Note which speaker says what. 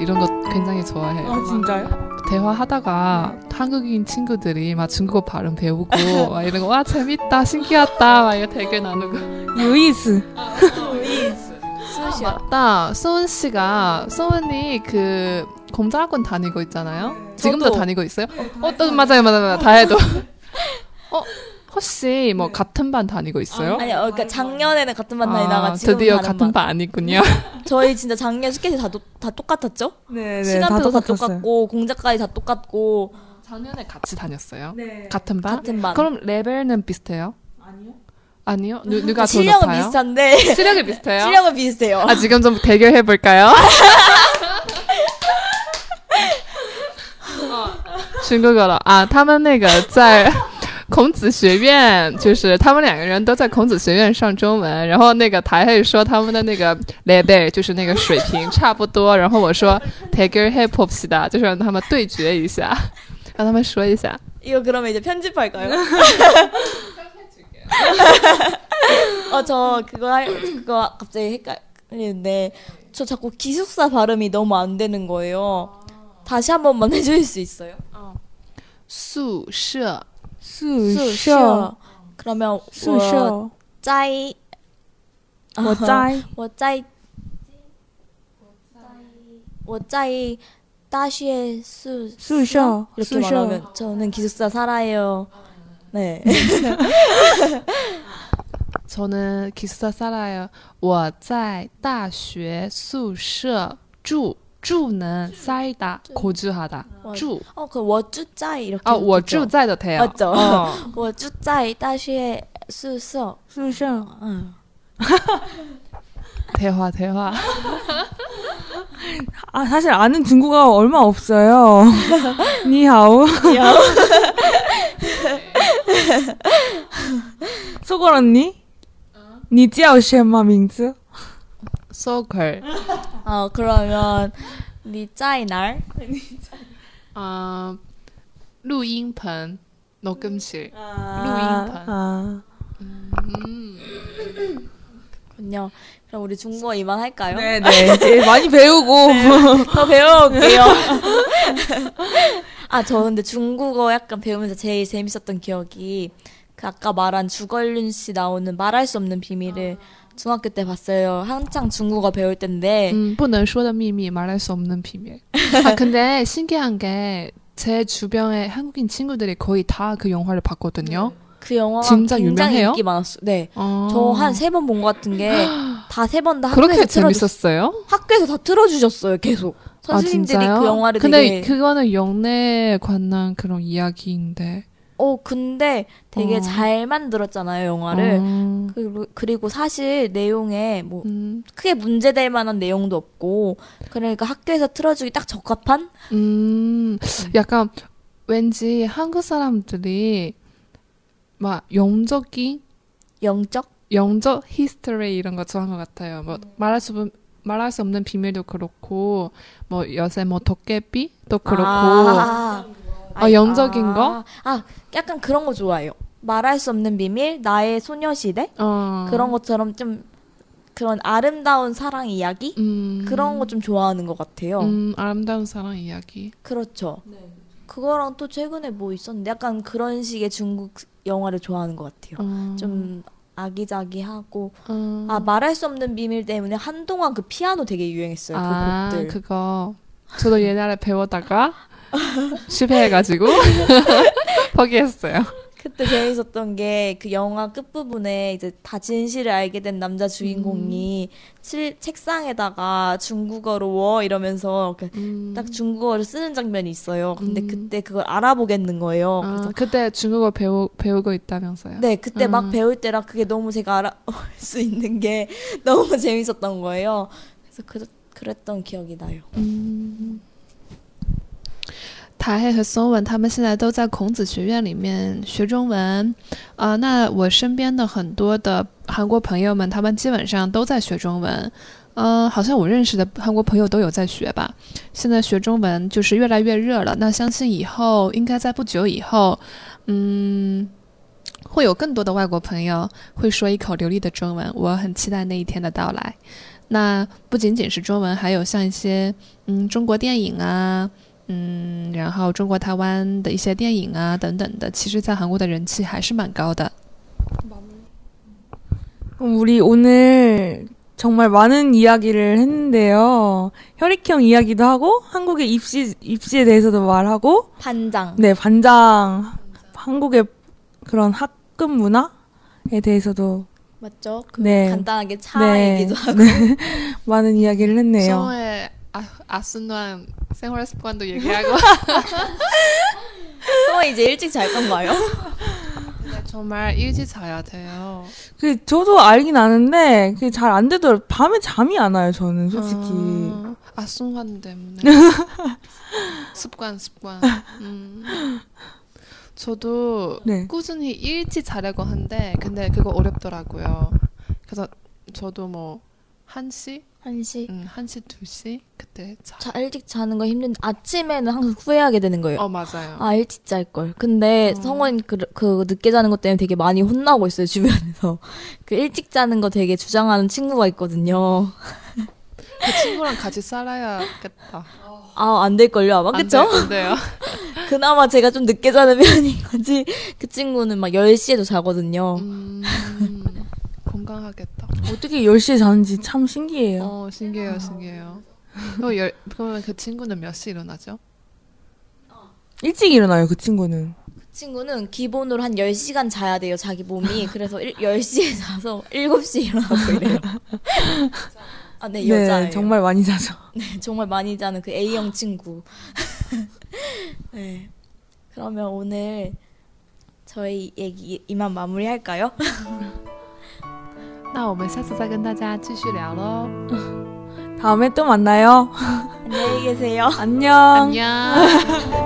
Speaker 1: 이런 거 굉장히 좋아해요.
Speaker 2: 아 진짜요?
Speaker 1: 대화하다가 한국인 친구들이 막 중국어 발음 배우고 막 이런 거와 재밌다 신기하다 막 이런 댓글 나누고
Speaker 2: 네. 요이스.
Speaker 1: 맞다 소은 씨가 소은이 그 검사학원 다니고 있잖아요 지금도
Speaker 2: 저도.
Speaker 1: 다니고 있어요? 어 또 맞아요 맞아요 맞아요 다 해도 어 혹시 뭐 같은 반 다니고 있어요?
Speaker 3: 아니, 어, 그러니까 작년에는 같은 반 다니다가
Speaker 1: 아,
Speaker 3: 지금
Speaker 1: 드디어
Speaker 3: 다른
Speaker 1: 같은 반 아니군요
Speaker 3: 저희 진짜 작년 스케줄 다, 똑- 다 똑같았죠?
Speaker 2: 네네.
Speaker 3: 시간표도 다, 똑같고 공작까지 다 똑같고
Speaker 1: 작년에 같이 다녔어요?
Speaker 2: 네.
Speaker 1: 같은 반?
Speaker 3: 같은 반.
Speaker 1: 그럼 레벨은 비슷해요? 아니요. 아니요? 누, 누가 더
Speaker 3: 그러니까 실력은
Speaker 1: 높아요?
Speaker 3: 비슷한데
Speaker 1: 실력이 비슷해요?
Speaker 3: 실력은 비슷해요.
Speaker 1: 아 지금 좀 대결해 볼까요? 중国歌了啊，他们那个在孔子学院，就是他们两个人都在孔子学院上中文。然后那个台黑说他们的那个 level 就是那个水平差不多。然后我说 대결 해봅시다，就是让他们对决一下，让他们说一下。
Speaker 3: 이거 그러면 이제 편집할까요?
Speaker 1: 네.
Speaker 3: 어 저 그거 할 그거 갑자기 헷갈리는데 저 자꾸 기숙사 발음이 너무 안 되는 거예요. 다시 한 번만 해줄 수 있어요?
Speaker 1: 宿舍
Speaker 2: 수셔.
Speaker 3: 그러면
Speaker 2: 수셔. 뭐
Speaker 3: 我在-
Speaker 2: 我在
Speaker 3: 我在-我在大学宿-
Speaker 2: 수셔.
Speaker 3: 이렇게
Speaker 2: 수셔.
Speaker 3: 말하면 저는 기숙사 살아요. 네.
Speaker 1: 저는 기숙사 살아요. 我在大学宿舍住。住는 살다, 거주하다.
Speaker 3: 와.
Speaker 1: 주.
Speaker 3: 어, 그 워쭈짜이 이렇게
Speaker 1: 아, 我
Speaker 3: 읽히죠?
Speaker 1: 住在的 돼요.
Speaker 3: 맞죠?
Speaker 1: 어.
Speaker 3: 我住在大学宿舍.
Speaker 2: 수셔.
Speaker 1: 대화, 대화.
Speaker 2: 아 사실 아는 중국어가 얼마 없어요. 니하오. 소걸 언니. 니叫什么名字
Speaker 1: 소걸.
Speaker 3: 어, 그러면 니在哪儿?
Speaker 1: 아, 录音棚, 녹음실. 루잉판.
Speaker 2: 아,
Speaker 3: 군요. 그럼 우리 중국어 이만 할까요?
Speaker 2: 네네. 이제 많이 배우고. 네.
Speaker 3: 더 배워올게요. 아, 저 근데 중국어 약간 배우면서 제일 재밌었던 기억이 그 아까 말한 주걸륜 씨 나오는 말할 수 없는 비밀을 중학교 때 봤어요. 한창 중국어 배울 때인데
Speaker 1: 아. 음, 不能说的秘密, 말할 수 없는 비밀. 아, 근데 신기한 게, 제 주변에 한국인 친구들이 거의 다 그 영화를 봤거든요.
Speaker 3: 그 영화가
Speaker 1: 진짜
Speaker 3: 굉장히
Speaker 1: 유명해요?
Speaker 3: 인기 많았어요. 네.
Speaker 1: 어.
Speaker 3: 저 한 세 번 본 것 같은 게 다 세 번 다
Speaker 1: 그렇게
Speaker 3: 학교에서 틀어주
Speaker 1: 재밌었어요? 아,
Speaker 3: 학교에서 다 틀어주셨어요. 계속 선생님들이
Speaker 1: 진짜요?
Speaker 3: 그 영화를
Speaker 1: 근데
Speaker 3: 되게
Speaker 1: 그거는 영내 관한 그런 이야기인데
Speaker 3: 어 근데 되게
Speaker 1: 어.
Speaker 3: 잘 만들었잖아요 영화를.
Speaker 1: 어,
Speaker 3: 그리고, 그리고 사실 내용에 뭐
Speaker 1: 음,
Speaker 3: 크게 문제될 만한 내용도 없고 그러니까 학교에서 틀어주기 딱 적합한
Speaker 1: 음,
Speaker 3: 네.
Speaker 1: 약간 왠지 한국 사람들이 막 영적인
Speaker 3: 영적
Speaker 1: 영적 히스토리 이런 거 좋아한 것 같아요. 뭐
Speaker 3: 음.
Speaker 1: 말할 수 없- 말할 수 없는 비밀도 그렇고 뭐 요새 뭐 도깨비도 그렇고
Speaker 3: 아,
Speaker 1: 아, 영적인 거?
Speaker 3: 아 약간 그런 거 좋아해요 말할 수 없는 비밀 나의 소녀시대
Speaker 1: 어,
Speaker 3: 그런 것처럼 좀 그런 아름다운 사랑 이야기
Speaker 1: 음,
Speaker 3: 그런 거 좀 좋아하는 것 같아요
Speaker 1: 음, 아름다운 사랑 이야기.
Speaker 3: 그렇죠 그거랑 또 최근에 뭐 있었는데 약간 그런 식의 중국 영화를 좋아하는 것 같아요
Speaker 1: 어,
Speaker 3: 좀 아기자기하고
Speaker 1: 어.
Speaker 3: 아 말할 수 없는 비밀 때문에 한동안 그 피아노 되게 유행했어요. 그
Speaker 1: 아,
Speaker 3: 곡들.
Speaker 1: 그거 저도 옛날에 배우다가 실패해가지고 포기했어요.
Speaker 3: 그때 재밌었던 게 그 영화 끝부분에 이제 다 진실을 알게 된 남자 주인공이
Speaker 1: 음.
Speaker 3: 칠- 책상에다가 중국어로 워 이러면서 이렇게 음. 딱 중국어를 쓰는 장면이 있어요. 근데
Speaker 1: 음.
Speaker 3: 그때 그걸 알아보겠는 거예요. 어, 그래서
Speaker 1: 아, 그때 중국어 배우 배우고 있다면서요?
Speaker 3: 네, 그때
Speaker 1: 아.
Speaker 3: 막 배울 때라 그게 너무 제가 알아올 수 있는 게 너무 재밌었던 거예요. 그래서 그, 그랬던 기억이 나요.
Speaker 1: 台黑和松文他们现在都在孔子学院里面学中文，啊、那我身边的很多的韩国朋友们，他们基本上都在学中文，嗯、好像我认识的韩国朋友都有在学吧。现在学中文就是越来越热了，那相信以后应该在不久以后，嗯，会有更多的外国朋友会说一口流利的中文，我很期待那一天的到来。那不仅仅是中文，还有像一些嗯中国电影啊，嗯，然后中国台湾的一些电影啊等等的，其实在韩国的人气还是蛮高的。
Speaker 2: 그럼 우리 오늘 정말 많은 이야기를 했는데요. 혈액형 이야기도 하고 한국의 입시 입시에 대해서도 말하고
Speaker 3: 반장.
Speaker 2: 네 반장 한국의 그런 학급 문화에 대해서도
Speaker 3: 맞죠? 그
Speaker 2: 네.
Speaker 3: 간단하게 차
Speaker 2: 네.
Speaker 3: 얘기도 하고
Speaker 2: 많은 이야기를 했네요.
Speaker 4: 성우의 아, 아스누한 생활 습관도 얘기하고
Speaker 3: 또 이제 일찍 잘 건가요?
Speaker 4: 정말 일찍 자야 돼요.
Speaker 2: 그 저도 알긴 아는데 그게 잘 안 되더라고. 요 밤에 잠이 안 와요. 저는 솔직히.
Speaker 4: 아, 아스누한 때문에 습관 습관. 음. 저도
Speaker 2: 네.
Speaker 4: 꾸준히 일찍 자려고 한데 근데 그거 어렵더라고요. 그래서 저도 뭐 1시?
Speaker 3: 한시.
Speaker 4: 음, 1시, 2시 그때 자.
Speaker 3: 자, 일찍 자는 거 힘든데 아침에는 항상 후회하게 되는
Speaker 2: 네.
Speaker 3: 거예요.
Speaker 4: 어, 맞아요.
Speaker 3: 아 일찍 잘 걸. 근데
Speaker 4: 어.
Speaker 3: 성원 그, 그 늦게 자는 것 때문에 되게 많이 혼나고 있어요 주변에서. 그 일찍 자는 거 되게 주장하는 친구가 있거든요.
Speaker 4: 그 친구랑 같이 살아야겠다.
Speaker 3: 아 안 될 걸요
Speaker 2: 어,
Speaker 3: 아마
Speaker 4: 안
Speaker 3: 그쵸?
Speaker 4: 돼, 안 돼요.
Speaker 3: 그나마 제가 좀 늦게 자는 편인 거지. 그 친구는 막 10시에도 자거든요.
Speaker 4: 음, 건강하겠다.
Speaker 2: 어떻게 10시에 자는지 참 신기해요.
Speaker 4: 어, 신기해요, 신기해요. 그럼 열, 그러면 그 친구는 몇 시 일어나죠?
Speaker 2: 일찍 일어나요, 그 친구는.
Speaker 3: 그 친구는 기본으로 한 10시간 자야 돼요, 자기 몸이. 그래서 일, 10시에 자서 7시에 일어나고 이래요. 아, 네, 여자예요.
Speaker 2: 네, 정말 많이 자죠.
Speaker 3: 정말 많이 자는 그 A형 친구. 네. 그러면 오늘 저희 얘기 이만 마무리할까요?
Speaker 4: 那我们下次再跟大家继续聊喽，
Speaker 2: 다음에 또 만나요.
Speaker 3: 안녕히 계세요.
Speaker 2: 안녕.
Speaker 4: 安呀。